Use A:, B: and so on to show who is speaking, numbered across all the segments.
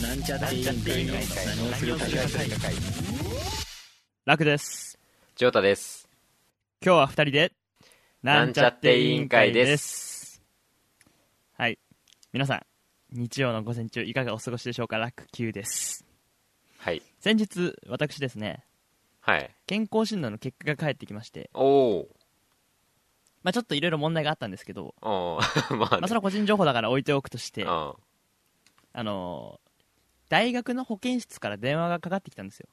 A: なんちゃって委員会の何をするか会
B: 楽です
C: ジョータです。
B: 今日は二人で
C: なんちゃって委員会です
B: はい皆さん日曜の午前中いかがお過ごしでしょうか楽球です
C: はい。
B: 先日私ですね
C: はい。
B: 健康診断の結果が返ってきまして、
C: お
B: まあ、ちょっといろいろ問題があったんですけど、
C: ー。おー。 まあ、ね、
B: まあ、それは個人情報だから置いておくとしてあ
C: うん
B: のー大学の保健室から電話がかかってきたんですよ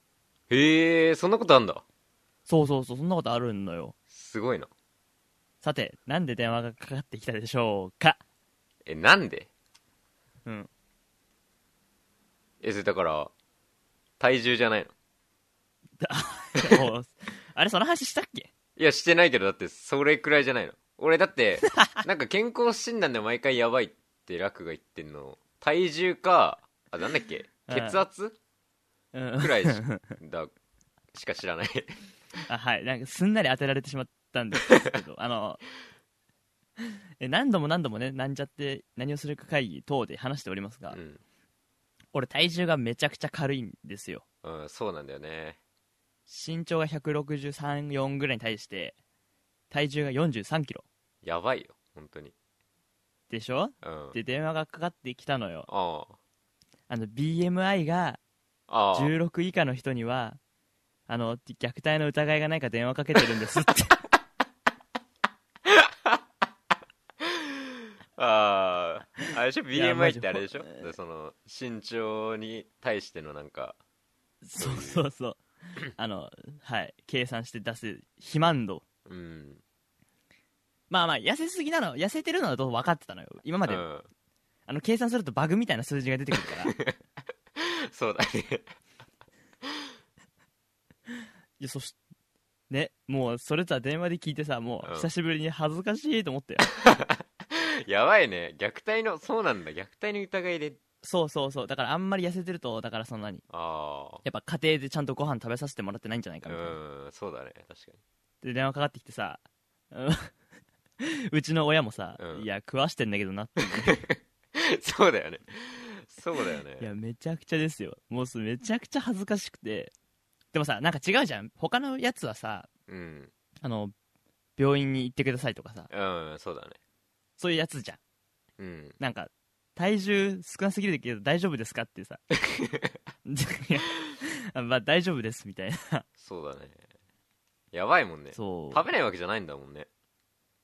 C: へえ、そんなことあんだ。
B: そうそうそうそんなことあるのよ
C: すごいな。
B: さてなんで電話がかかってきたでしょうか
C: え、なんで
B: うん
C: え、それだから、体重じゃないの
B: おあれその話したっけ
C: いや、してないけど、だって、それくらいじゃないの。俺、だ って、なんか健康診断で毎回やばいって楽が言ってんの、体重か、あ、なんだっけ
B: うん
C: 血圧
B: うん
C: く らいしだしか知らない。
B: あはいなんかすんなり当てられてしまったんですけ どあのえ何度も何度もねなんちゃって何をするか会議等で話しておりますが、
C: うん。
B: 俺体重がめちゃくちゃ軽いんですよ
C: うん、そうなんだよね。
B: 身長が1634ぐらいに対して体重が4 3キロ
C: やばいよ、本当に。
B: でしょ
C: うん。あ
B: で電話がかかってきたのよ
C: あー。
B: あの BMI が
C: ああ。
B: 16以下の人にはあの虐待の疑いがないか電話かけてるん ですって
C: あああれでしょ
B: いやマ
C: BMI
B: ジ
C: ってあれでしょ
B: ほん
C: でその身長に対してのなんか
B: そうそう そうあのはい計算して出す肥満度
C: うん
B: まあまあ痩せすぎなの痩せてるのはどう分かってたのよ今まで、
C: うん
B: あの計算するとバグみたいな数字が出てくるからい
C: そうだね
B: やそしねもうそれとは電話で聞いてさもう
C: う
B: ん久しぶりに恥ずかしいと思ったよ、
C: やばいね虐待のそうなんだ虐待の疑いで
B: そうそうそうだからあんまり痩せてるとだからそんなに
C: あ
B: やっぱ家庭でちゃんとご飯食べさせてもらってないんじゃない
C: あ
B: か
C: う
B: みたいな、
C: んそうだね確かに
B: で電話かかってきてさ うんうちの親もさ、
C: うん
B: いや食わしてんだけどなって
C: そうだよねそうだよ
B: いや
C: ね
B: めちゃくちゃですよもうそれめちゃくちゃ恥ずかしくてでもさなんか違うじゃん他のやつはさ
C: うん
B: あの病院に行ってくださいとかさ
C: うんそうだね
B: そういうやつじゃん
C: うん
B: なんか体重少なすぎるけど大丈夫ですかって さいやあまあ大丈夫ですみたいな
C: そうだねやばいもんね
B: そう
C: 食べないわけじゃないんだもんね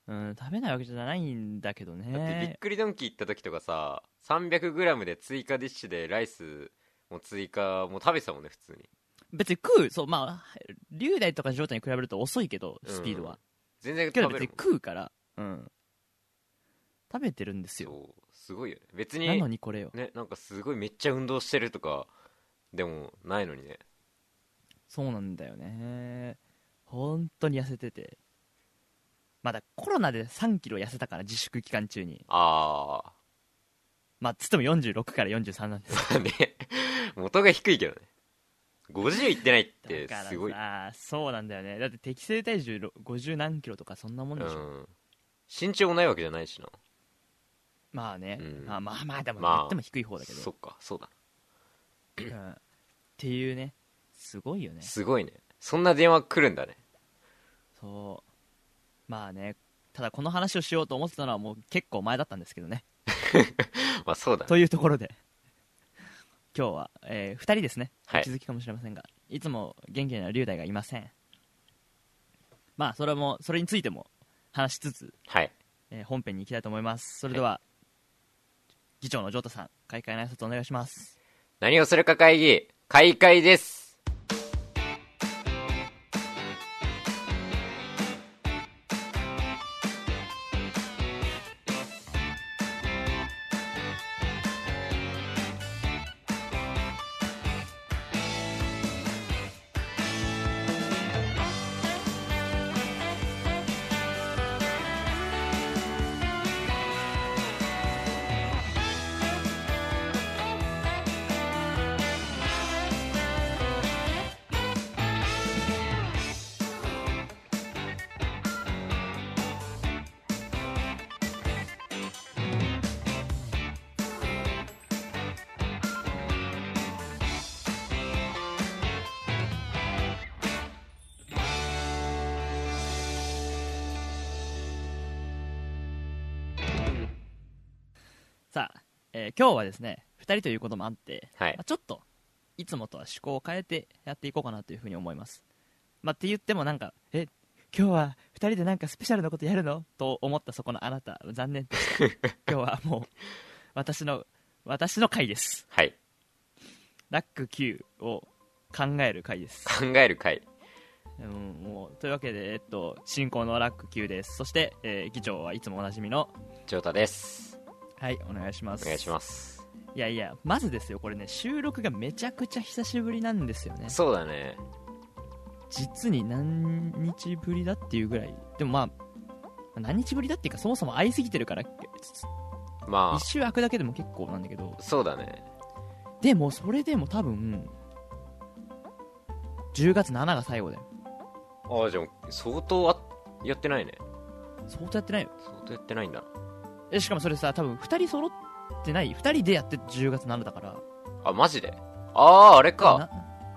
B: うん、食べないわけじゃないんだけど
C: だってび
B: ね
C: っくりドンキー行った時とかさ 300g で追加ディッシュでライスも追加も食べてたもんね普通に
B: 別に食うそうまあ龍大とか状態に比べると遅いけどスピードは、
C: 全然
B: けど
C: 食
B: 別に
C: べるもん
B: 食うからうん食べてるんですよ
C: そうすごいよね別
B: な
C: に
B: のにこれよ
C: ねなんかすごいめっちゃ運動してるとかでもないのにね
B: そうなんだよね本当に痩せててまだコロナで3キロ痩せたから自粛期間中に
C: ああ
B: まあつっても46から43なんです
C: まあね元が低いけどね50いってないって
B: だか
C: すごい
B: らさそうなんだよねだって適正体重ろ50何キロとかそんなもん
C: う
B: でしょ、
C: ん身長もないわけじゃないしな
B: まあね、
C: うん
B: まあまあまあでも、ね
C: まあ
B: 言っても低い方だけど
C: そっかそうだ
B: うんっていうねすごいよね
C: すごいねそんな電話来るんだね
B: そうまあねただこの話をしようと思ってたのはもう結構前だったんですけどね
C: まあそうだね
B: というところで 今日は、え2人ですね、
C: はい
B: 気づきかもしれませんがいつも元気な龍大がいませんまあそれもそれについても話しつつ、
C: はい
B: えー本編に行きたいと思いますそれでは、議長の城太さん開会の挨拶お願いします
C: 何をするか会議開会です
D: 「
B: さあ、えー今日はですね2人ということもあって、
C: はい
B: まあ、ちょっといつもとは趣向を変えてやっていこうかなというふうに思います、まあ、って言ってもなんかえ今日は2人でなんかスペシャルなことやるのと思ったそこのあなた残念でした 今日はもう私の私の回です
C: はい
B: ラック Q を考える回です
C: 考える会
B: うん、もうというわけで、えっと、進行のラック Q ですそして、えー議長はいつもおなじみの
C: ジョータです
B: はいお願いします
C: お願いします
B: いやいやまずですよこれね収録がめちゃくちゃ久しぶりなんですよね
C: そうだね
B: 実に何日ぶりだっていうぐらいでもまあ何日ぶりだっていうかそもそも会いすぎてるから
C: ま
B: 一周空くだけでも結構なんだけど
C: あそうだね
B: でもそれでも多分10月7が最後だよ
C: ああじゃあ相当あやってないね
B: 相当やってないよ
C: 相当やってないんだ
B: えしかもそれさ多分2人揃ってない2人でやって10月7だから
C: あマジでああーあれか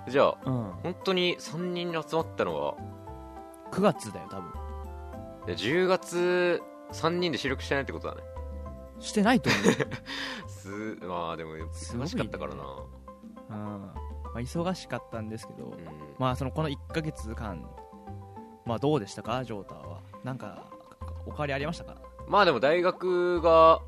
B: な
C: じゃあ
B: うん
C: 本当に3人集まったのは
B: 9月だよ多分
C: いや10月3人で収録してないってことだね
B: してないと思う、
C: すまあでも
B: すごい
C: 忙
B: ね
C: しかったからな、
B: うんまあ、忙しかったんですけど
C: うん
B: まあそのこの1ヶ月間、まあ、どうでしたか、ジョータは。なんか、お変わりありましたか
C: まあでも大学が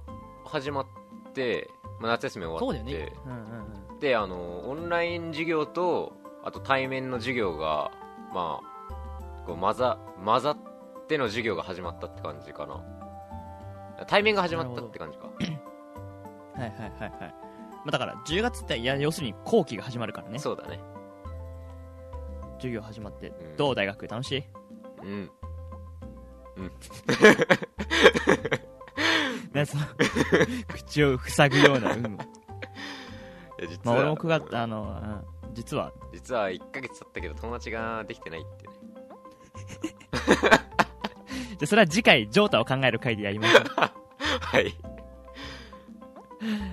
C: 始まって、まあ、夏休み終
B: そ
C: わ
B: う
C: っ
B: だ
C: て
B: よね、うんうんうん、
C: であのオンライン授業とあと対面の授業がまあこう混ざ混ざっての授業が始まったって感じかな対面が始まったって感じか
B: はいはいはいはい。まあ、だから、10月って、いや、要するに後期が始まるからね、
C: そうだね
B: 授業始まって、
C: ん
B: どう、大学、楽しい
C: うん
B: ね、その 口を塞ぐような、うん、
C: いや実
B: まあ、
C: は
B: 俺も9月、あの、うん実は、
C: 実は1ヶ月経ったけど友達ができてないってね
B: じゃあそれは次回、ジョータを考える回でやりましょう。
C: はい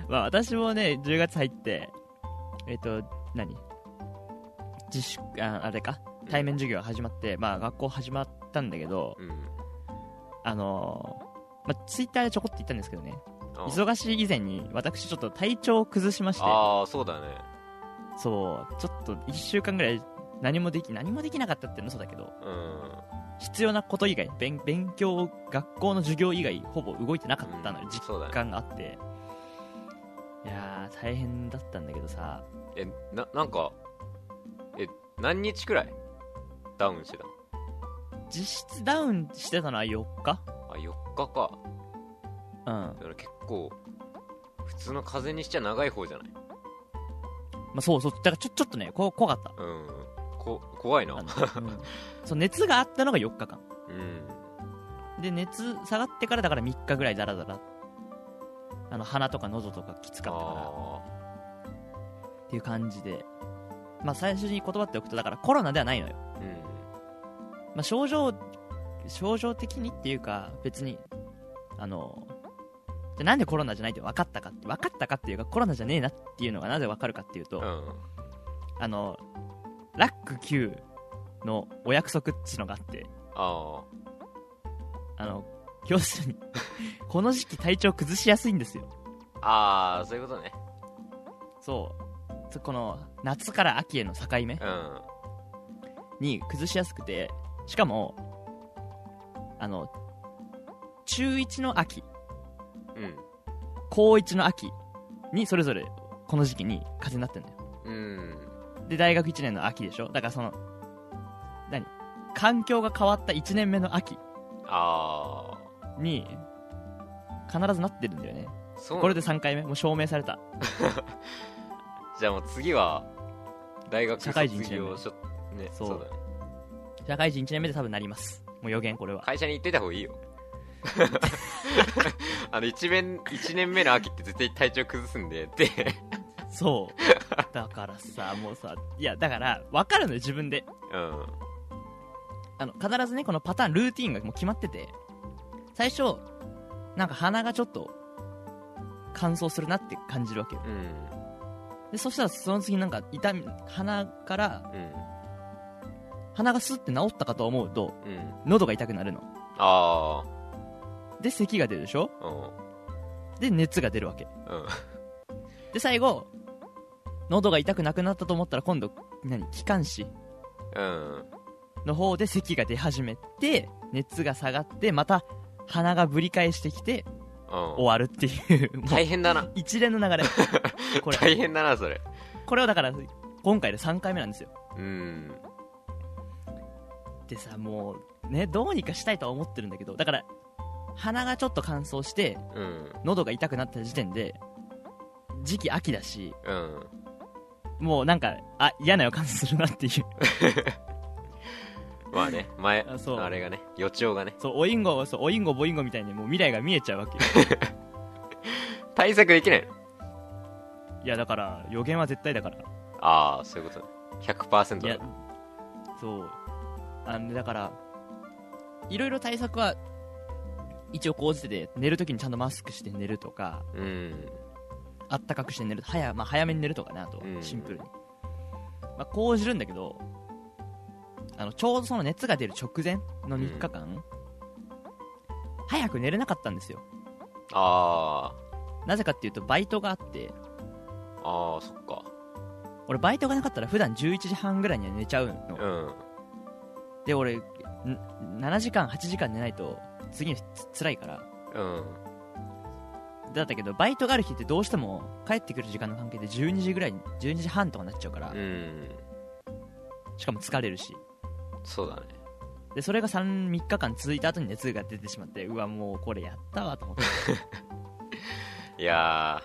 B: まあ、私もね、10月入って、えっ、と、何自粛、ああれか対面授業が始まって、まあ、学校始まったんだけど、
C: うん
B: あのーまあ、ツイッターでちょこっと言ったんですけどね、
C: あ
B: 忙しい以前に、私、ちょっと体調を崩しまして、
C: ああそうだね
B: そう、ちょっと1週間ぐらい、何もでき、何もできなかったってのそうだけど、
C: うん
B: 必要なこと以外、勉勉強、学校の授業以外、ほぼ動いてなかったのよ、
C: うん
B: 実
C: そうだね
B: 感があって。いやー、大変だったんだけどさ、
C: えななんかえ何日くらいダウンしてたの
B: 実質ダウンしてたのは4日
C: あ4日か
B: うん
C: だ。から結構普通の風邪にしちゃ長い方じゃない
B: まあ、そうそう。だからちょ、ちょっとね、こ怖かった。
C: うんこ怖い
B: あ
C: な
B: のうんそう、熱があったのが4日間。
C: うん
B: で、熱下がってからだから3日ぐらいザラザラ。あの、鼻とか喉とかきつかったか
C: あ
B: らっていう感じで。まあ、最初に断っておくと、だからコロナではないのよ。
C: あーうん
B: まあ、症状、症状的にっていうか、別に、あの、じゃあなんでコロナじゃないって分かったかって、分かったかっていうか、コロナじゃねえなっていうのがなぜ分かるかっていうと、
C: うん
B: あの、ラック Q のお約束っつうのがあって、
C: あ
B: あの、要するに、 この時期体調崩しやすいんですよ。
C: あああそういうことね
B: そう。そこの、夏から秋への境目
C: うん
B: に崩しやすくて、しかも、あの、中1の秋、
C: うん
B: 高1の秋にそれぞれこの時期に風邪になってんだよ。
C: うん
B: で、大学1年の秋でしょだからその、何環境が変わった1年目の秋
C: あ
B: に、必ずなってるんだよね。
C: あそう
B: これで3回目、もう証明された。
C: じゃあもう次は大学
B: 社会人
C: 卒業しょね
B: そう
C: そうだね
B: 社会人1年目で多分なります。もう予言これは。
C: 会社に行ってた方 がいいよあの一面一年目の秋って絶対体調崩すんでって
B: そう。だからさ、もうさ、いや、だから、わかるのよ、自分で。
C: うん
B: あの、必ずね、このパターン、ルーティーンがもう決まってて、最初、なんか鼻がちょっと、乾燥するなって感じるわけよ。
C: うん
B: で、そしたらその次なんか、痛み、鼻から、
C: うん
B: 鼻がスって治ったかと思うと、
C: うん
B: 喉が痛くなるの。
C: あ
B: で、咳が出るでしょ
C: あうん
B: で熱が出るわけ
C: うん
B: で最後喉が痛くなくなったと思ったら今度何気管支
C: うん
B: の方で咳が出始めて熱が下がってまた鼻がぶり返してきて
C: う
B: 終わるっていう
C: ん
B: もう
C: 大変だな
B: 一連の 流れこ
C: 大
B: れ
C: 変だなそれ
B: これをだから今回で3回目なんですよ
C: うん
B: でさもうねどうにかしたいとは思ってるんだけどだから鼻がちょっと乾燥して
C: うん
B: 喉が痛くなった時点で時期秋だし
C: うん
B: もうなんかあ嫌な予感するなっていう
C: まあね前
B: あそう
C: あれがね予兆がね
B: そうおインゴそうおインゴボインゴみたいにもう未来が見えちゃうわけ よ
C: 対策できないの
B: いやだから予言は絶対だから
C: ああそういうことね100%
B: いや
C: だ
B: そうあのだからいろいろ対策は一応講じてて寝るときにちゃんとマスクして寝るとか
C: うん
B: あったかくして寝る早,、まあ、早めに寝るとかねあと
C: うん
B: シンプルに、まあ、講じるんだけどあのちょうどその熱が出る直前の3日間、早く寝れなかったんですよ
C: あ
B: なぜかっていうとバイトがあって
C: あああそっか
B: 俺バイトがなかったら普段11時半ぐらいには寝ちゃうの、
C: うん
B: で俺ん7時間8時間寝ないと次の日つ辛いから
C: うん
B: だったけどバイトがある日ってどうしても帰ってくる時間の関係で12時ぐらいに12時半とかになっちゃうから、
C: うん
B: しかも疲れるし
C: そうだね
B: でそれが 3, 3日間続いた後に熱が出てしまってうわもうこれやったわと思って
C: いや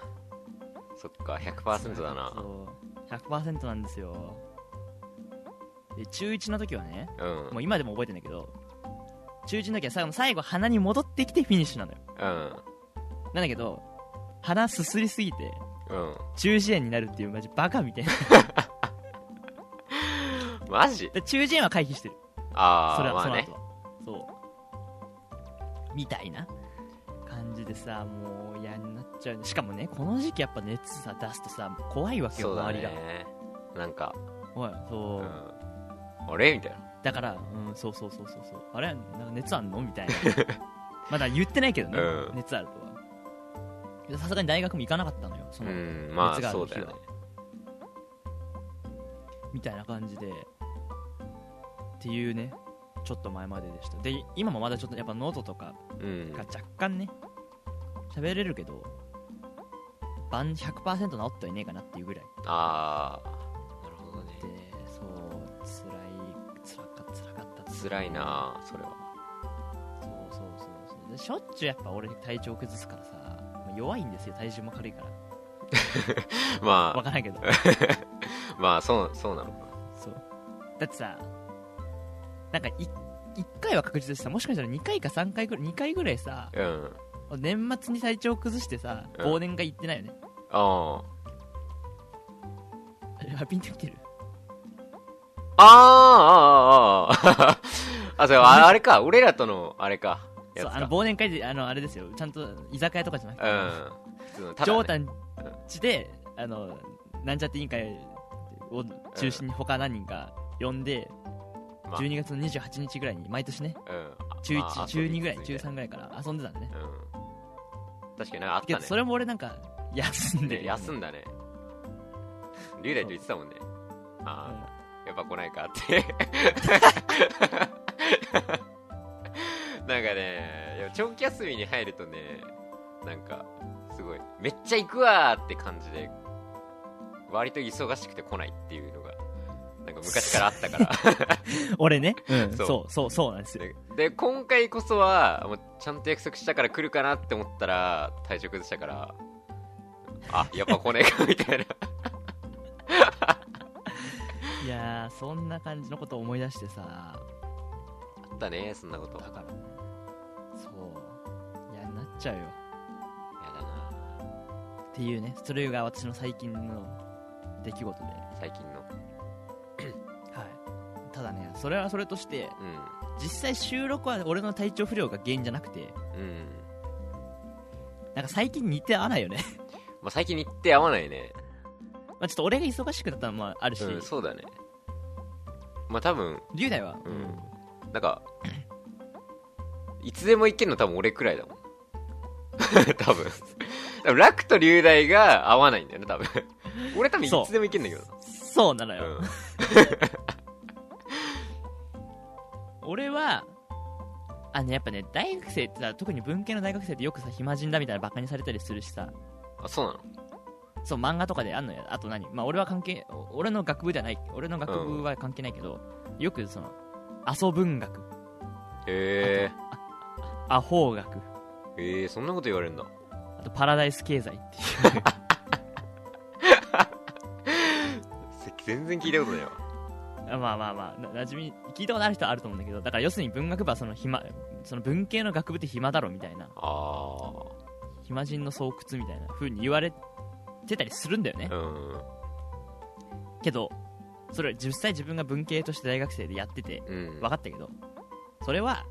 C: ーそっか100%だな
B: そう100%なんですよで中1の時はね
C: うん
B: もう今でも覚えてんだけど中1の時は最後最後鼻に戻ってきてフィニッシュなのよ
C: うん
B: なんだけど鼻すすりすぎて
C: うん
B: 中耳炎になるっていうマジバカみたいな
C: マジ
B: で中耳炎は回避してる
C: あ
B: それ
C: あ
B: は
C: ま
B: そ
C: あ
B: の
C: ね
B: 後は、そうみたいな感じでさもう嫌になっちゃうしかもねこの時期やっぱ熱さ出すとさ怖いわけよ
C: そうだ
B: 周りが
C: ねなんか
B: おいそうう、
C: んあれみたいな
B: だから、うん、そうそうそうそうそうあれなんか熱あんのみ たいなまだ言ってないけどね、
C: うん
B: 熱あるとはさすがに大学も行かなかったのよそうの、
C: んま
B: 熱が
C: あ
B: ある
C: そうだよね
B: みたいな感じでっていうねちょっと前まででしたで今もまだちょっとやっぱ喉とか
C: うん
B: が若干ね喋れるけど晩100%治ってはいねえかなっていうぐらい
C: ああなるほどね
B: でそう辛い辛かった辛かったっす
C: 辛いなそれは
B: そうそうそうそうでしょっちゅうやっぱ俺体調崩すからさまあ弱いんですよ体重も軽いから分
C: ま
B: からん けど
C: あまあそうそうなのか
B: そうだってさなんか1回は確実でさもしかしたら2回か3回ぐらい2回ぐらいさ
C: なうん
B: 年末に体調崩してさ
C: うん
B: 忘年会行ってないよね、
C: あー
B: あピンときてる
C: あーあーあーあーあそうああれか俺らとのあれかや
B: そう
C: つ
B: あの
C: か
B: 忘年会であのあれですよちゃんと居酒屋とかじゃなくて、
C: うん
B: 上
C: ただね
B: 丹地で、あのなんちゃって委員会を中心に他何人か呼んで、
C: まあ
B: 12月の28日ぐらいに毎年ね
C: うん
B: 中1、
C: まあ
B: 12ぐらい
C: 遊びに行くみた
B: 13ぐらいから遊んでたんだね
C: いなうん確かになんかあっ
B: け
C: た
B: ど
C: ね
B: それも俺なんか休んで
C: ね休ん
B: で
C: だね龍大と言ってたもんねああやっぱ来ないかってなんかねいや長期休みに入るとねなんかすごいめっちゃ行くわーって感じで割と忙しくて来ないっていうのがなんか昔からあったから
B: 俺ね、うん、
C: そう
B: そうそうそうなんですよ
C: でで今回こそはもうちゃんと約束したから来るかなって思ったら体調崩したからあやっぱ来ねえかみたいない
B: やーそんな感じのことを思い出してさ
C: あったねそんなこと
B: だからそう嫌になっちゃうよ
C: やだな
B: っていうねそれが私の最近の出来事で
C: 最近の
B: はい、ただねそれはそれとして
C: う
B: 実際収録は俺の体調不良が原因じゃなくて
C: んうん
B: なんか最近似て合わないよね
C: まあ最近日程合わないね
B: まあちょっと俺が忙しくなったのもあるし
C: うんそうだねまあ多分
B: 龍大は、
C: うんなんか いつでも行けるの多分俺くらいだもん多分多分楽と龍大が合わないんだよね、多分。俺多分い
B: そう
C: つでもいけんだけど
B: そうなの
C: な。
B: よ、
C: うん。
B: 俺はあのねやっぱね大学生ってさ特に文系の大学生ってよくさ暇人だみたいなバカにされたりするしさ
C: あ、そうな の
B: そう漫画とかであんのよあと何まあ俺は関係お俺の学部じゃない俺の学部は関係ないけど、よくその阿蘇文学
C: へ
B: アホー学
C: え。へえ、そんなこと言われるんだ。
B: あとパラダイス経済っていう
C: せ全然聞いたことないわ。
B: あまあまあまあな馴染み聞いたことある人はあると思うんだけどだから要するに文学部はその暇その文系の学部って暇だろみたいな
C: あ
B: 暇人の巣窟みたいな風に言われてたりするんだよね
C: ー。うん。
B: けどそれ実際自分が文系として大学生でやってて
C: うん。
B: 分かったけどそれは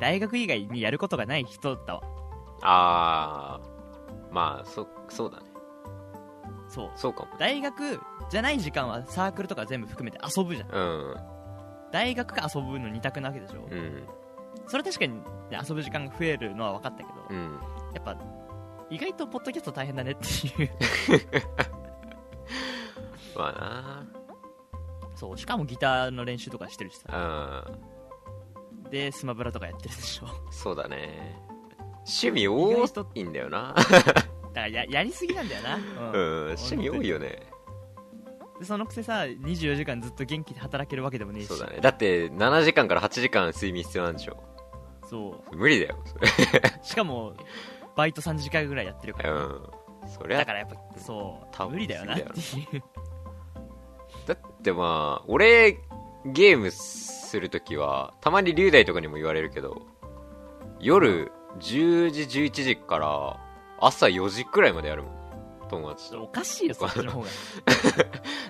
B: 大学以外にやることがない人だわ
C: あー。まあ、そ、そうだね。
B: そう
C: そうかも。
B: 大学じゃない時間はサークルとか全部含めて遊ぶじゃん
C: うん。
B: 大学か遊ぶの二択なわけでしょ、
C: うん。
B: それは確かにね、遊ぶ時間が増えるのは分かったけど、
C: うん。
B: やっぱ意外とポッドキャスト大変だねっ ていう
C: ま
B: そうしかもギターの練習とかしてるし
C: あ
B: さ
C: な。うん。
B: でスマブラとかやってるでしょだ
C: そうだね。趣味
B: 意
C: 多
B: 外と
C: いんだよな。
B: からややりすぎなんだよな、うん
C: うん。趣味多いよね。
B: でそのくせさ24時間ずっと元気で働けるわけでもねえし
C: そうだね。だって、7時間から8時間睡眠必要なんでしょ。
B: そう
C: 無理だよ、それ。
B: しかもバイト3時間ぐらいやってるから、
C: うん。そりゃ、
B: だ
C: だ
B: からやっぱそ
C: 多
B: う
C: 分
B: 無理だよなっていう
C: ってまあ、俺、ゲームするときは、たまに龍大とかにも言われるけど、夜10時、11時から、朝4時くらいまでやるもん。友達 と。
B: おかしいよそっちの方が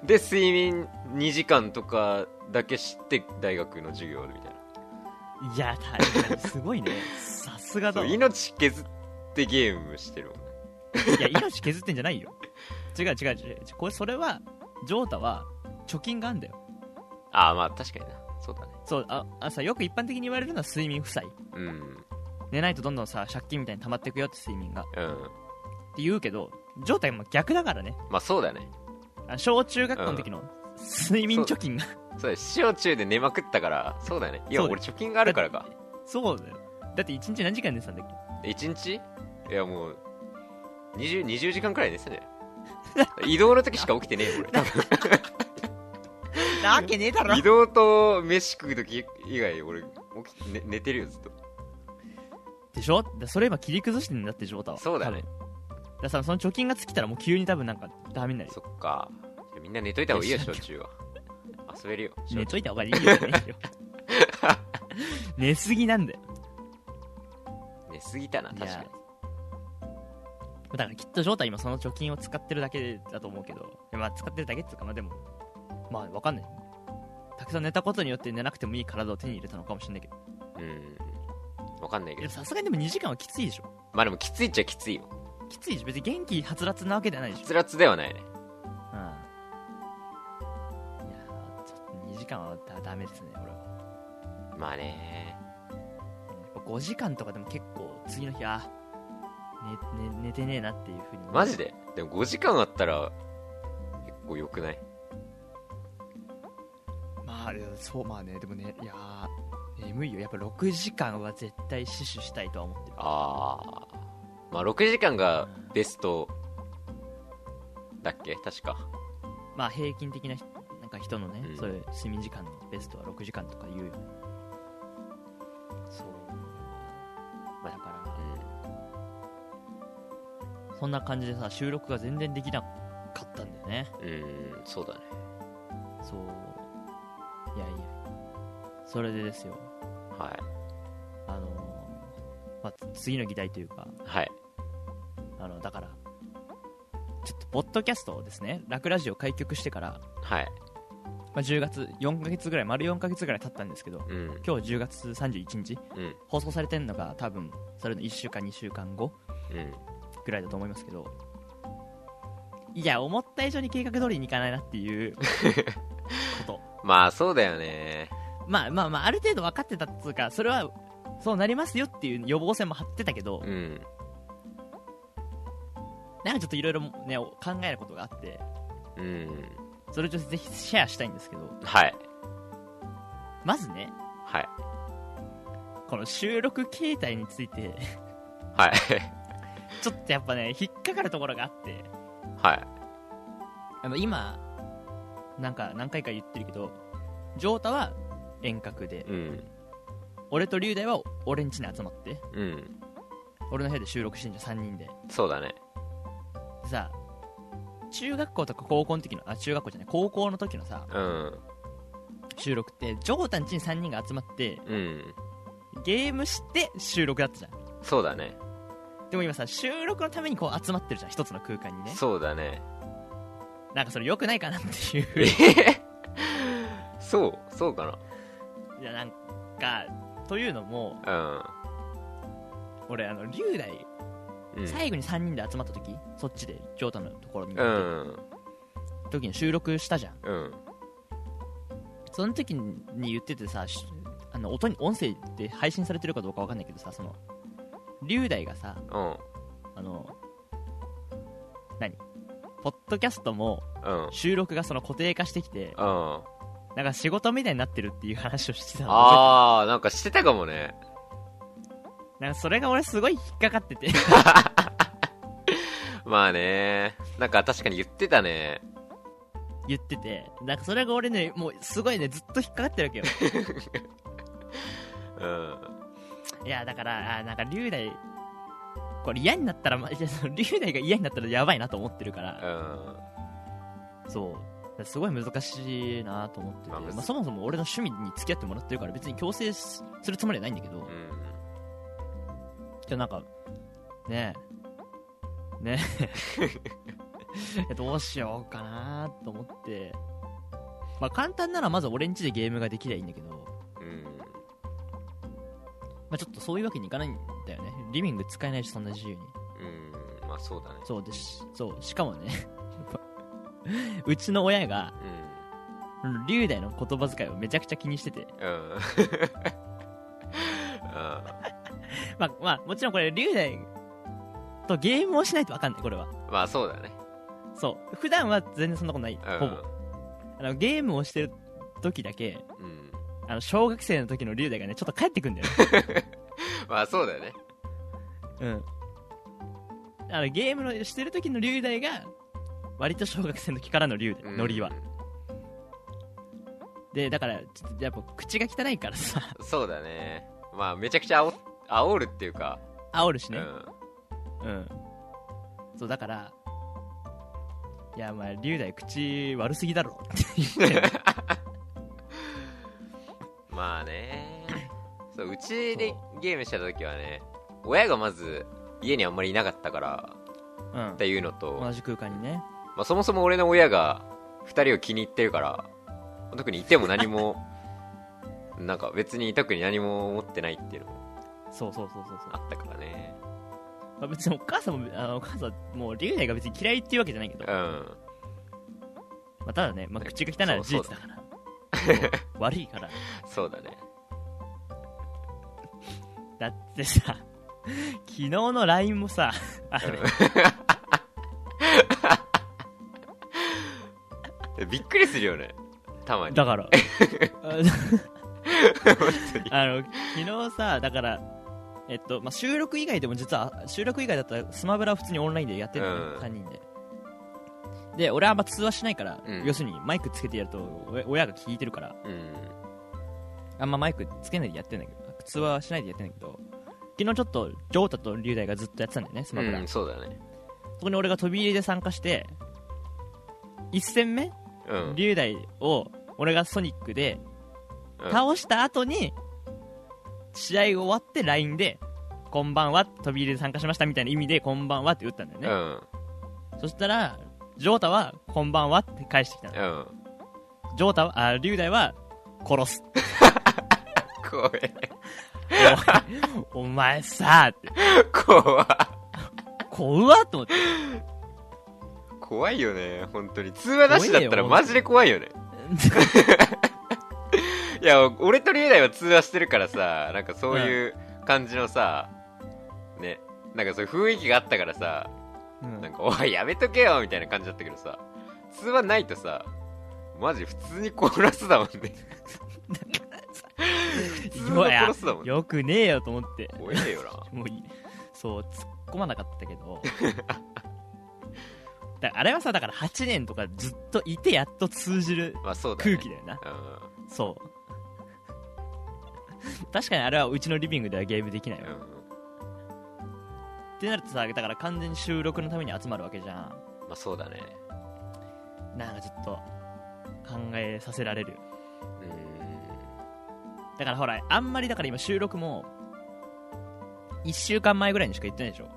C: で、睡眠2時間とかだけして、大学の授業みたいな。
B: いや大変すごいねさすがだ
C: そう
B: わ
C: 命削ってゲームしてるもんね。
B: いや命削ってんじゃないよ違う違う違う違うこれそれはジョータは貯金があんだよ
C: ああ、まあ確かにな。そうだね。
B: そうああさよく一般的に言われるのは睡眠負債
C: うん。
B: 寝ないとどんどんさ借金みたいに溜まっていくよって睡眠がっ
C: うん。
B: て言うけどジョータは今逆だからね
C: まあそうだね。
B: あ小中学校の時の睡眠貯金が
C: そうだよ小中で寝まくったから、そうだね。いや、
B: そうだ
C: 俺貯金があるからか。
B: そうだよだって一日何時間寝てたんだっけ
C: 一日いや、もう、20、20時間くらい 寝てたね。移動の時しか起きてねえよ、俺。多分
B: なわけねえだ
C: 移動と飯食う時以外、俺、起き、ね、寝てるよ、ずっと。
B: でしょだそれ今切り崩してんだってジョータは
C: そうだ
B: 多
C: ね
B: 分だからさその貯金が尽きたらもう急に多分なんかダメになるよ
C: そっか。じゃあみんな寝といた方がいいよ、
B: いや
C: 小中は。遊べるよ。小
B: 寝
C: 中
B: といた方がいいよじゃない よ寝すぎなんだよ
C: 寝すぎたな、確かに
B: い。だからきっとジョータ今その貯金を使ってるだけだと思うけどまあ使ってるだけっていうかまあでもまあわかんないたくさん寝たことによって寝なくてもいい体を手に入れたのかもしれないけど
C: うん。わかんないけ
B: いや
C: ど。
B: さすがにでも2時間はきついでしょ
C: まあでも、きついっちゃきついよ。
B: きついし別に元気はつらつなわけじゃないでしょ
C: つらつではないね。
B: うんいやーちょっと2時間はだダメですね俺は
C: まあね。
B: やっぱ5時間とかでも結構次の日あ寝寝寝てねえなっていうふうに
C: マジででも5時間あったら、結構良くない
B: まあでもそうまあねでもねいやー眠いよやっぱ6時間は絶対死守したいとは思ってる
C: ああまあ6時間がベストだっけ確か
B: まあ平均的なひなんか人のね、
C: うん
B: そういう睡眠時間のベストは6時間とか言うよねそう
C: まあ
B: だか
C: う
B: らそんな感じでさ収録が全然できなかったんだよね
C: ん、うん、そうだね
B: そういやいやそれでですよ
C: は
B: あのーまあ、つ次の議題というか
C: いはい
B: あのだからちょっとポッドキャストをですね楽ラジオ開局してから、
C: はい
B: まあ、10月4ヶ月ぐらい丸4ヶ月ぐらい経ったんですけど
C: うん
B: 今日10月31日
C: うん
B: 放送されてるのが多分それの1週間2週間後
C: うん
B: ぐらいだと思いますけどいや思った以上に計画通りにいかないなっていうこと
C: まあそうだよね
B: まあまあまあある程度分かってたっつうかそれはそうなりますよっていう予防線も張ってたけど
C: うん
B: なんかちょっといろいろねお考えることがあって
C: うん
B: それをちょっとぜひシェアしたいんですけど
C: はい
B: まずね
C: はい
B: この収録形態について
C: はい
B: ちょっとやっぱね引っかかるところがあって
C: はい
B: あの今なんか何回か言ってるけど城太は遠隔で
C: うん
B: 俺と龍大は俺ん家に集まって
C: うん
B: 俺の部屋で収録してんじゃん3人で
C: そうだね
B: さ中学校とか高校の時のあ中学校じゃない高校の時のさ
C: うん
B: 収録ってジョータん家に3人が集まって
C: うん
B: ゲームして収録だったじゃん
C: そうだね
B: でも今さ収録のためにこう集まってるじゃん一つの空間にね
C: そうだね
B: なんかそれ良くないかなっていう
C: え そうそうか
B: いやなんかというのも
C: な
B: 俺あの龍大
C: うんうん
B: 最後に3人で集まった時そっちでジョータのところに
C: う
B: 行って、
C: ん
B: 時に収録したじゃん
C: うん
B: その時に言っててさしあの音に音声で配信されてるかどうかわかんないけどさその龍大がさ
C: うん
B: あの何ポッドキャストも
C: うん
B: 収録がその固定化してきて
C: うん
B: なんか仕事みたいになってるっていう話をしてたの
C: ああなんかしてたかもね
B: なんかそれが俺すごい引っかかって て
C: まあねなんか確かに言ってたね
B: 言っててなんかそれが俺ねもうすごいねずっと引っかかってるわけよ
C: うん
B: いやだからあーなんか龍大これ嫌になったらまいやその龍大が嫌になったらやばいなと思ってるから
C: うん
B: そうすごい難しいなと思ってて、
C: まあ
B: ま
C: むず
B: あ、そもそも俺の趣味に付き合ってもらってるから別に強制するつもりはないんだけど
C: う、ん
B: じゃなんかねえね え どうしようかなと思って、まあ、簡単ならまず俺ん家でゲームができりゃいいんだけど、
C: うん
B: まあ、ちょっとそういうわけにいかないんだよねリビング使えないしそんな自由に
C: うんまあそうだね
B: そうでしそうしかもね うちの親が龍大の言葉遣いをめちゃくちゃ気にしてて
C: うんうんうん
B: まあ、まあ、もちろんこれ、龍大とゲームをしないと分かんない、これは。
C: まあそうだね
B: そう。普段は全然そんなことない、
C: うん
B: ほぼ。あの、ゲームをしてる時だけ、
C: うん
B: あの、小学生の時の龍大がね、ちょっと帰ってく んだよね。
C: まあそうだよね
B: うん。あの、ゲームのしてる時の龍大が、割と小学生の時からの龍大、
C: うん
B: ノリは。で、だから、ちょっとやっぱ口が汚いからさ、
C: そうだねまあめちゃくちゃ煽煽るっていうか
B: 煽るし
C: う
B: ね。
C: ん
B: うん。そう、だから、いや、まあ、龍大口悪すぎ だろって言って。
C: まあ ねそううちでゲームしてた時はね親がまず家にあんまりいなかったから
B: うん
C: っ。ていうのと、
B: 同じ空間にね。
C: まあ、そもそも俺の親が2人を気に入ってるから特にいても何も なんか別に特に何も思ってないっていうのも
B: そうそうそうそうそう。
C: あったからね
B: まあ、別にお母さんも、あのお母さんもう、龍大が別に嫌いっていうわけじゃないけど、
C: う
B: ま
C: ん
B: あ、ただね、まあ、口が汚いのは事実だから、もう悪いから。
C: そうだね
B: だってさ、昨日の LINE もさ、あれ、
C: でびっくりするよねたまに
B: だ から、
C: 当に
B: あの、昨日さ、だから、えっと、まあ、収録以外でも実は、収録以外だったらスマブラは普通にオンラインでやってるの
C: う
B: ね、
C: ん
B: 3人で。で、俺はあんま通話しないから、
C: うん
B: 要するにマイクつけてやると、お親が聞いてるから、
C: うん
B: あんまマイクつけないでやってんだけど、通話はしないでやってんだけど、昨日ちょっと、ジョータとリュウダイがずっとやってたんだよね、スマブラ。
C: うんそうだね
B: そこに俺が飛び入りで参加して、1戦目、
C: うん
B: リュウダイを、俺がソニックで、
C: うん
B: 倒した後に、試合が終わって LINE で、こんばんは、飛び入りで参加しましたみたいな意味で、こんばんはって打ったんだよ
C: う
B: ね。
C: ん
B: そしたら、ジョータは、こんばんはって返してきたの。
C: うん
B: ジョータは、あ、リュウダイは、殺 す。
C: 怖い
B: お前さ、って、
C: 怖い
B: 怖っと思って。
C: 怖いよね本当に通話なしだったらマジで怖いよねいや俺と龍大は通話してるからさなんかそういう感じのさ、ねなんかそういう雰囲気があったからさ
B: うん
C: なんか「おいやめとけよ」みたいな感じだったけどさ通話ないとさマジ普通に殺すだもんね普通の殺すだもんね
B: よくねえよと思って
C: 怖えよな
B: もういそう突っ込まなかったけ どだからあれはさだから8年とかずっといてやっと通じる
C: まあそうだ、ね、
B: 空気だよな
C: う
B: そう 確かにあれはうちのリビングではゲームできない
C: ん
B: わ、
C: うん
B: ってなるとさだから完全に収録のために集まるわけじゃん
C: まあそうだね
B: なんかちょっと考えさせられる
C: うん
B: だからほらあんまりだから今収録も1週間前ぐらいにしか行ってないでしょ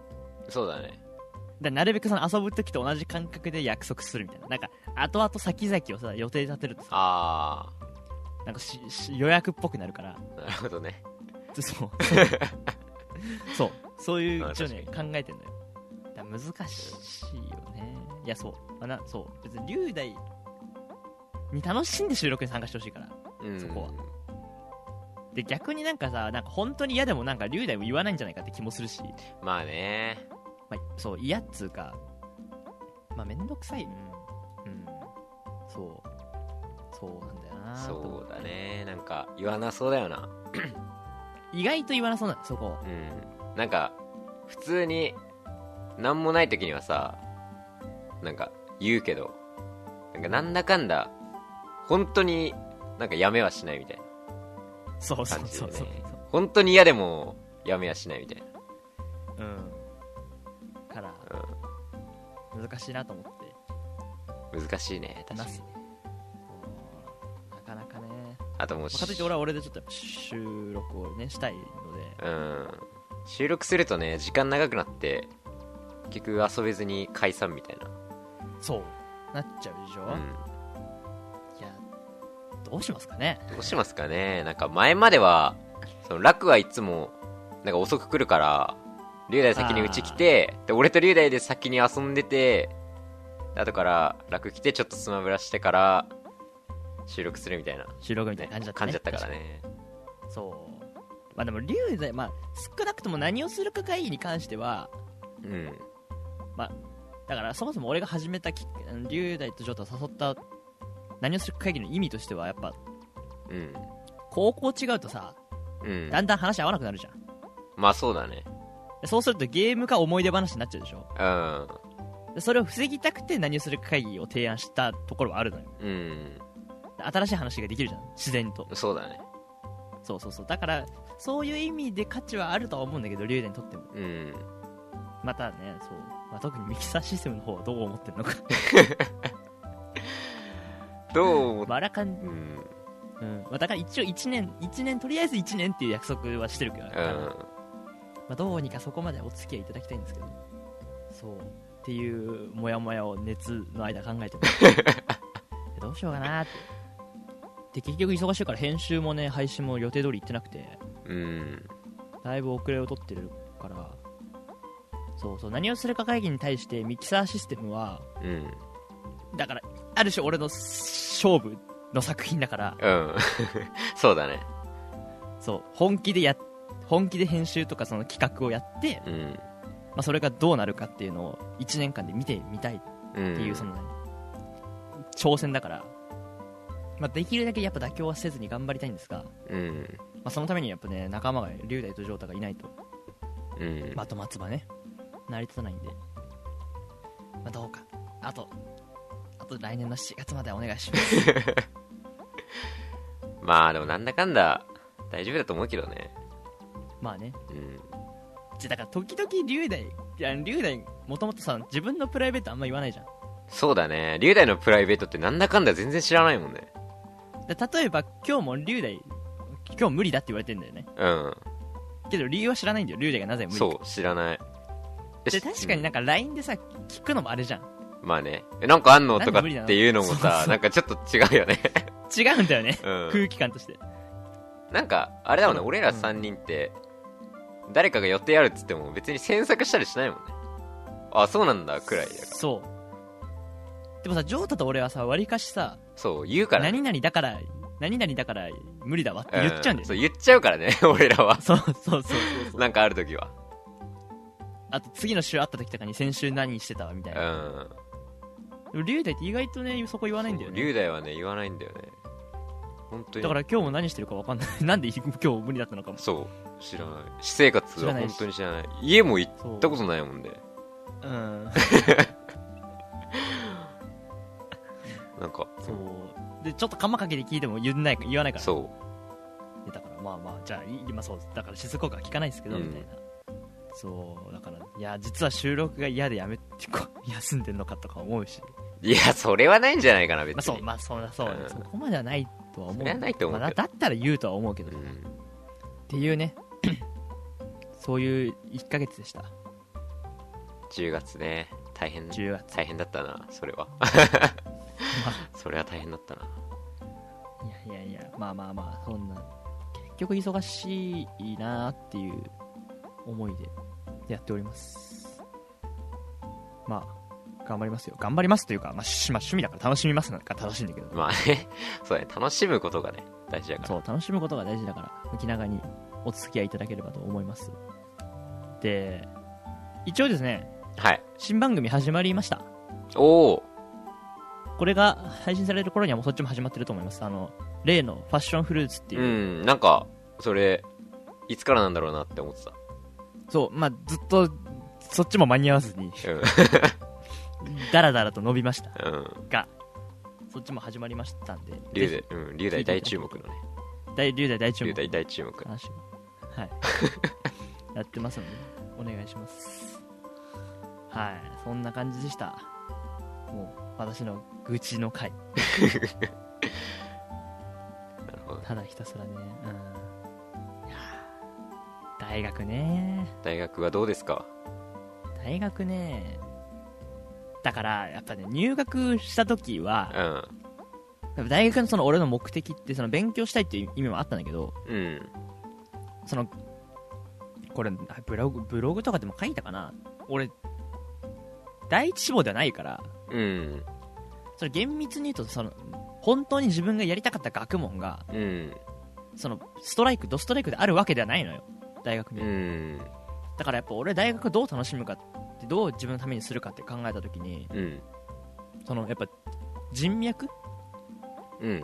C: そうだね
B: だからなるべくその遊ぶ時と同じ感覚で約束するみたいななんか後々先々をさ予定立てるとさ
C: あ
B: なんかしし予約っぽくなるから
C: あなるほどね
B: そうそうそうそういう一応ね
C: ま
B: 考えてんのよだから難しいよねいやそうあなそう別に龍大に楽しんで収録に参加してほしいから
C: うん
B: そこはで逆になんかさなんか本当に嫌でもなんか龍大も言わないんじゃないかって気もするし、
C: まあね
B: まあ、そう嫌っつうかまあ面倒くさいうん、うん、そうそうなんだよなと思っ
C: そう
B: て
C: だねなんか言わなそうだよな
B: 意外と言わなそうなのそこ
C: うんなんか普通に何もない時にはさなんか言うけどなんかなんだかんだ本当になんかやめはしないみたいな
B: そうそう
C: 感じ
B: そ
C: で
B: う
C: ね
B: そう、
C: 本当に嫌でもやめはしないみたいな
B: うんから、難しいなと思って
C: 難しいね確かに
B: ななかなかね、
C: あともう
B: まあかといって俺は俺でちょっとやっぱ収録をねしたいので
C: うん収録するとね時間長くなって結局遊べずに解散みたいな
B: そうなっちゃうでしょ、
C: う
B: い
C: ん
B: やどうしますかね
C: どうしますかねなんか前までは、その楽はいつも、なんか遅く来るから、龍大先にうち来て、で、俺と龍大で先に遊んでて、で後から楽来てちょっとスマブラしてから、収録するみたいな、
B: 収録みたい
C: ね
B: な感じだった、ね、
C: 感じだったからね。
B: 確かにそうまあでも龍大まあ少なくとも何をするか会議に関しては
C: うん。
B: だからそもそも俺が始めたき龍大とジョータを誘った何をするか会議の意味としてはやっぱ
C: うん。
B: 高校違うとさ
C: うん。
B: だんだん話合わなくなるじゃん
C: まあそうだね。
B: でそうするとゲームか思い出話になっちゃうでしょ
C: うん。
B: でそれを防ぎたくて何をするか会議を提案したところはあるのよ
C: うん。
B: で新しい話ができるじゃん自然と
C: そうだね。
B: そうそうそうだからそういう意味で価値はあるとは思うんだけど竜電にとっても
C: うん。
B: またねそう、まあ、特にミキサーシステムの方はどう思ってるの か
C: どう思っ
B: まああらかん、
C: うん。
B: うんまあ、だから一応1年1年とりあえず1年っていう約束はしてるから、
C: う
B: ま
C: ん。
B: あ、どうにかそこまでお付き合いいただきたいんですけどそうっていうモヤモヤを熱の間考えてます でどうしようかなってで結局忙しいから編集もね配信も予定通り行ってなくて
C: うん。
B: だいぶ遅れを取ってるからそうそう何をするか会議に対してミキサーシステムは
C: うん。だ
B: だからある種俺の勝負の作品だから
C: うん。 そうだね。
B: そう本気でや本気で編集とかその企画をやって、
C: うん。
B: まあ、それがどうなるかっていうのを1年間で見てみたいっ
C: うん。
B: ていうその、挑戦だから、まあ、できるだけやっぱ妥協はせずに頑張りたいんですが、ま
C: うん。
B: あ、そのためにやっぱね仲間が龍大と城太がいないと
C: うん。
B: まと松葉ね成り立たないんで、まあ、どうかあとあと来年の7月までお願いします
C: まあでもなんだかんだ大丈夫だと思うけどね。
B: まあね
C: うん。
B: じゃだから時々龍大いや龍大もともとさ自分のプライベートあんま言わないじゃん
C: そうだね。龍大のプライベートってなんだかんだ全然知らないもんね。
B: で例えば今日も龍大今日無理だって言われてんだよね
C: うん。
B: けど理由は知らないんだよ龍大がなぜ無理か
C: そう、知らない。
B: で確かになん
C: か、
B: か LINE でさ聞くのもあれじゃん
C: うんまあね。えなんかあんの
B: なんで
C: とかっ
B: 無理なの
C: ていうのも
B: そうそ
C: さ、
B: う
C: なんかちょっと違う よね。
B: 違うんだよね、
C: うん。
B: 空気感として
C: なんか、あれだもんね、
B: うん
C: 俺ら3人って、誰かが予定あるっつっても別に詮索したりしないもんね。あ、そうなんだ、くらいだから。
B: そうでもさジョー太と俺はさわりかしさ
C: そう、言うからね。
B: 何々だから何々だから無理だわって言っちゃうんだ
C: そ
B: よ
C: う、
B: ね、
C: 言っちゃうからね、俺らは。
B: そうそうそうそうそう
C: なんかある時は。
B: あと次の週会った時とかに先週何してたわみたいな、
C: ん
B: でも龍大って意外とねそこ言わないんだよね
C: 龍大はね言わないんだよね本当に
B: だから今日も何してるか分かんない なんで今日無理だったのかも
C: そう知らない私生活
B: 知ら
C: は
B: ないし
C: 本当に知らない家も行っ
B: そう
C: たことないもんで
B: うん
C: なんか
B: そうでちょっとカマかけて聞いても言えない言わないから
C: そ
B: でだからまあまあじゃあい今そうだから静岡は聞かないですけど、
C: うん
B: みたいなそうだからいや実は収録が嫌でやめてこう 休んでんのかとか思うし
C: ういやそれはないんじゃないかな別
B: まあそう
C: に、
B: まあそうだそうだ、
C: うん
B: そこまではないとは思う
C: それはないと思うけど
B: まあだだったら言うとは思うけど、
C: う
B: っ
C: ん
B: ていうね そういう1ヶ月でした
C: 10月ね大変
B: 10月
C: 大変だったなそれは それは大変だったない
B: やいやいやまあまあまあそんな結局忙しいなっていう思いでやっておりますまあ頑張りますよ頑張りますというか、まあ、しまあ趣味だから楽しみますなんか楽しいんだけど
C: まあねそうね楽しむことがね大事だから
B: そう楽しむことが大事だから気長にお付き合いいただければと思いますで一応ですね
C: はい
B: 新番組始まりました
C: おお
B: これが配信される頃にはもうそっちも始まってると思いますあの例のファッションフルーツっていうう、
C: んなんかそれいつからなんだろうなって思ってた
B: そうまあずっとそっちも間に合わずに
C: うん
B: だらだらと伸びました
C: うん
B: がそっちも始まりましたんで
C: 龍
B: ぜ
C: 大うん龍大大注目のね
B: ひ大龍大大注
C: 龍
B: 目
C: 大大注目
B: 楽しみ はいやってますのでお願いしますはいそんな感じでしたもう私の愚痴の回
C: なるほど
B: ただひたすらねうんいやー大学ね
C: 大学はどうですか
B: 大学ねだからやっぱね入学した時は
C: うん
B: やっぱ大学のその俺の目的ってその勉強したいっていう意味もあったんだけど
C: うん
B: そのこれあブログブログとかでも書いたかな俺第一志望ではないから
C: うん
B: それ厳密に言うとその本当に自分がやりたかった学問が
C: うん
B: そのストライクドストライクであるわけではないのよ大学に、
C: うん
B: だからやっぱ俺大学をどう楽しむかってどう自分のためにするかって考えた時に
C: うん
B: そのやっぱ人脈
C: うん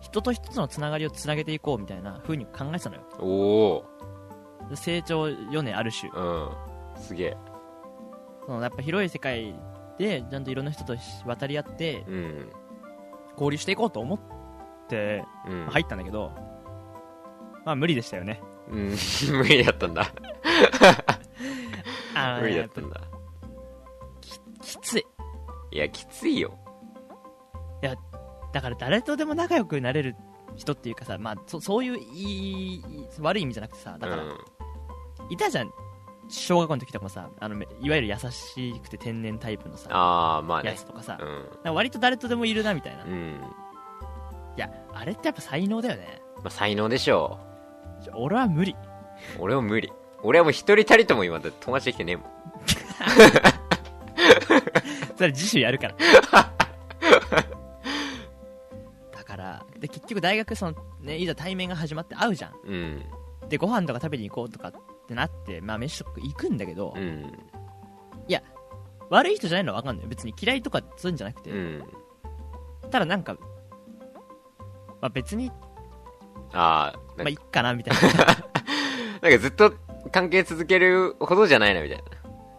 B: 人と人とのつながりをつなげていこうみたいな風に考えてたのよ
C: おお
B: で成長よねある種
C: うんすげえ
B: そのやっぱ広い世界でちゃんといろんな人と渡り合って
C: うん
B: 交流していこうと思って
C: うん
B: 入ったんだけど、まあ無理でしたよね
C: うん 無理だったんだ
B: あのね
C: 無理だったんだ
B: きつい
C: いやきついよ
B: だから誰とでも仲良くなれる人っていうかさ、まあ、そそういういい悪い意味じゃなくてさだから、
C: うん
B: いたじゃん小学校の時とかもさあのめいわゆる優しくて天然タイプのさ、
C: ああまあ
B: や
C: ね
B: つとかさ、
C: う
B: なん
C: ん
B: か割と誰とでもいるなみたいな、
C: う
B: い
C: ん
B: やあれってやっぱ才能だよね
C: まあ才能でしょ
B: ちょ俺は無理
C: う俺は無理俺はもう一人たりとも今だって友達できてねえもん
B: それ次週やるから だからで結局大学その、ね、いざ対面が始まって会うじゃん
C: うん
B: でご飯とか食べに行こうとかってなってまあ飯とか行くんだけど、
C: うん
B: 悪い人じゃないのは分かんないよ別に嫌いとかするんじゃなくて、
C: うん
B: ただなんか、まあ、別に
C: ああ
B: まあ
C: なんか
B: いっかなみたい な
C: なんかずっと関係続けるほどじゃないなみたいな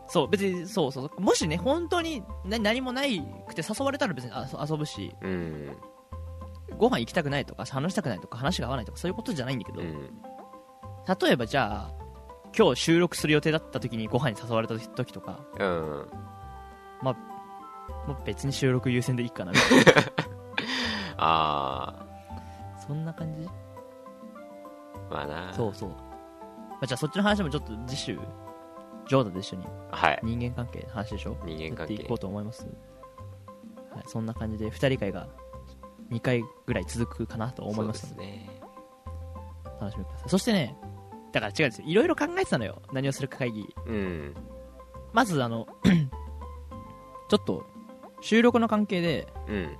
B: そう別にそうそうそうもしね本当にな何もないくて誘われたら別にあそ遊ぶし
C: うん
B: ご飯行きたくないとか話したくないとか話が合わないとかそういうことじゃないんだけど、
C: うん
B: 例えばじゃあ今日収録する予定だった時にご飯に誘われた時とか、
C: うん
B: まあ、別に収録優先でいいかなみたい
C: あ
B: な そんな感じ
C: あまあな
B: そうそう、まあ、じゃあそっちの話もちょっと次週ジョーダと一緒に
C: はい
B: 人間関係の話でしょ
C: 人間
B: やっ
C: 関
B: てい
C: 係
B: こうと思います、はい、そんな感じで2人会が2回ぐらい続くかなと思います
C: そ
B: の
C: う
B: で
C: ですね
B: 楽しみくださいそしてねだから違うんですよいろいろ考えてたのよ何をするか会議
C: うん
B: まずあの ちょっと収録の関係で
C: うん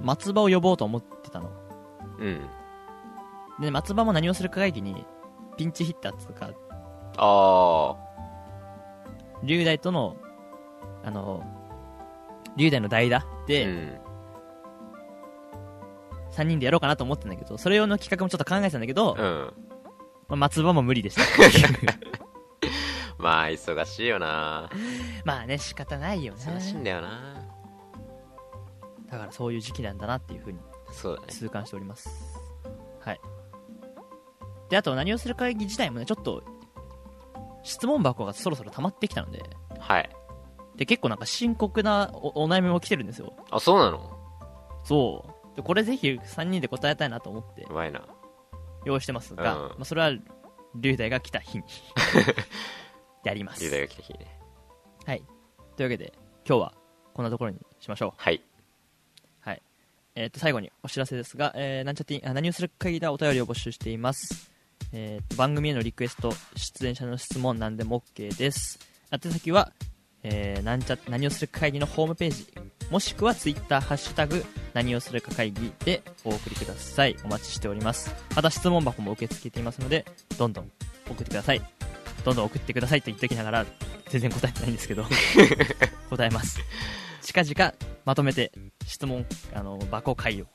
B: 松葉を呼ぼうと思ってたの
C: うん
B: で松葉も何をするか会議にピンチヒッターっつうか
C: あ
B: 龍大とのあの龍大の代打
C: ー
B: で、
C: うん
B: 3人でやろうかなと思ってたんだけどそれ用の企画もちょっと考えてたんだけど、
C: うん
B: まあ松葉も無理でした
C: まあ忙しいよな
B: まあね仕方ないよね
C: 忙しいんだよな
B: だからそういう時期なんだなっていうふうに
C: そうだね
B: 痛感しておりますはいであと何をする会議自体もねちょっと質問箱がそろそろ溜まってきたので
C: はい
B: で結構なんか深刻なおお悩みも来てるんですよ
C: あそうなの
B: そうでこれぜひ3人で答えたいなと思って
C: やばいな
B: 用意してますが、
C: うん
B: まあ、それは龍大が来た 日にやります
C: リーダーが来た日ね
B: はい。というわけで、今日はこんなところにしましょう。
C: はい
B: はい。えっ、と、最後にお知らせですが、えーなんちゃっていあ何をする会議だお便りを募集しています。えーと番組へのリクエスト、出演者の質問なんでも OK です。宛先は、えーなんちゃ何をする会議のホームページ、もしくはツイッターハッシュタグ、何をするか会議でお送りください。お待ちしております。また質問箱も受け付けていますので、どんどん送ってください。どんどん送ってくださいと言っておきながら、全然答えてないんですけど答えます近々まとめて質問あの箱会を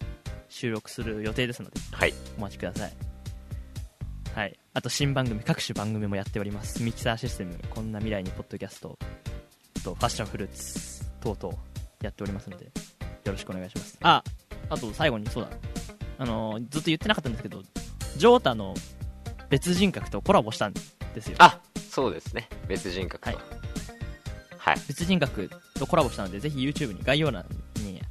B: 収録する予定ですので
C: はい
B: お待ちくださいはいあと新番組各種番組もやっておりますミキサーシステムこんな未来にポッドキャストとファッションフルーツ等々やっておりますのでよろしくお願いしますああと最後にそうだあのずっと言ってなかったんですけどジョータの別人格とコラボしたんですよ
C: あそうですね別人格とはい
B: 別人格とコラボしたのでぜひ YouTube に概要欄に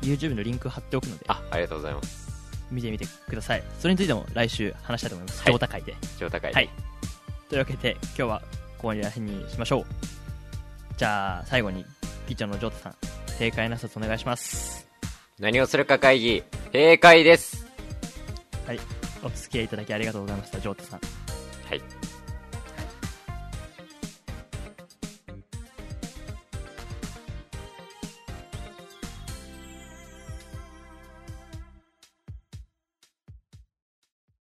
B: YouTube のリンク貼っておくので
C: あありがとうございます
B: 見てみてくださいそれについても来週話したいと思います
C: はい
B: 上高いで、
C: 上高い
B: はいというわけで今日はここら辺にしましょうじゃあ最後にピッチャーのジョータさん正解の挨拶お願いします
C: 何をするか会議閉会です
B: お付き合いいただきありがとうございましたジョータさん
C: はい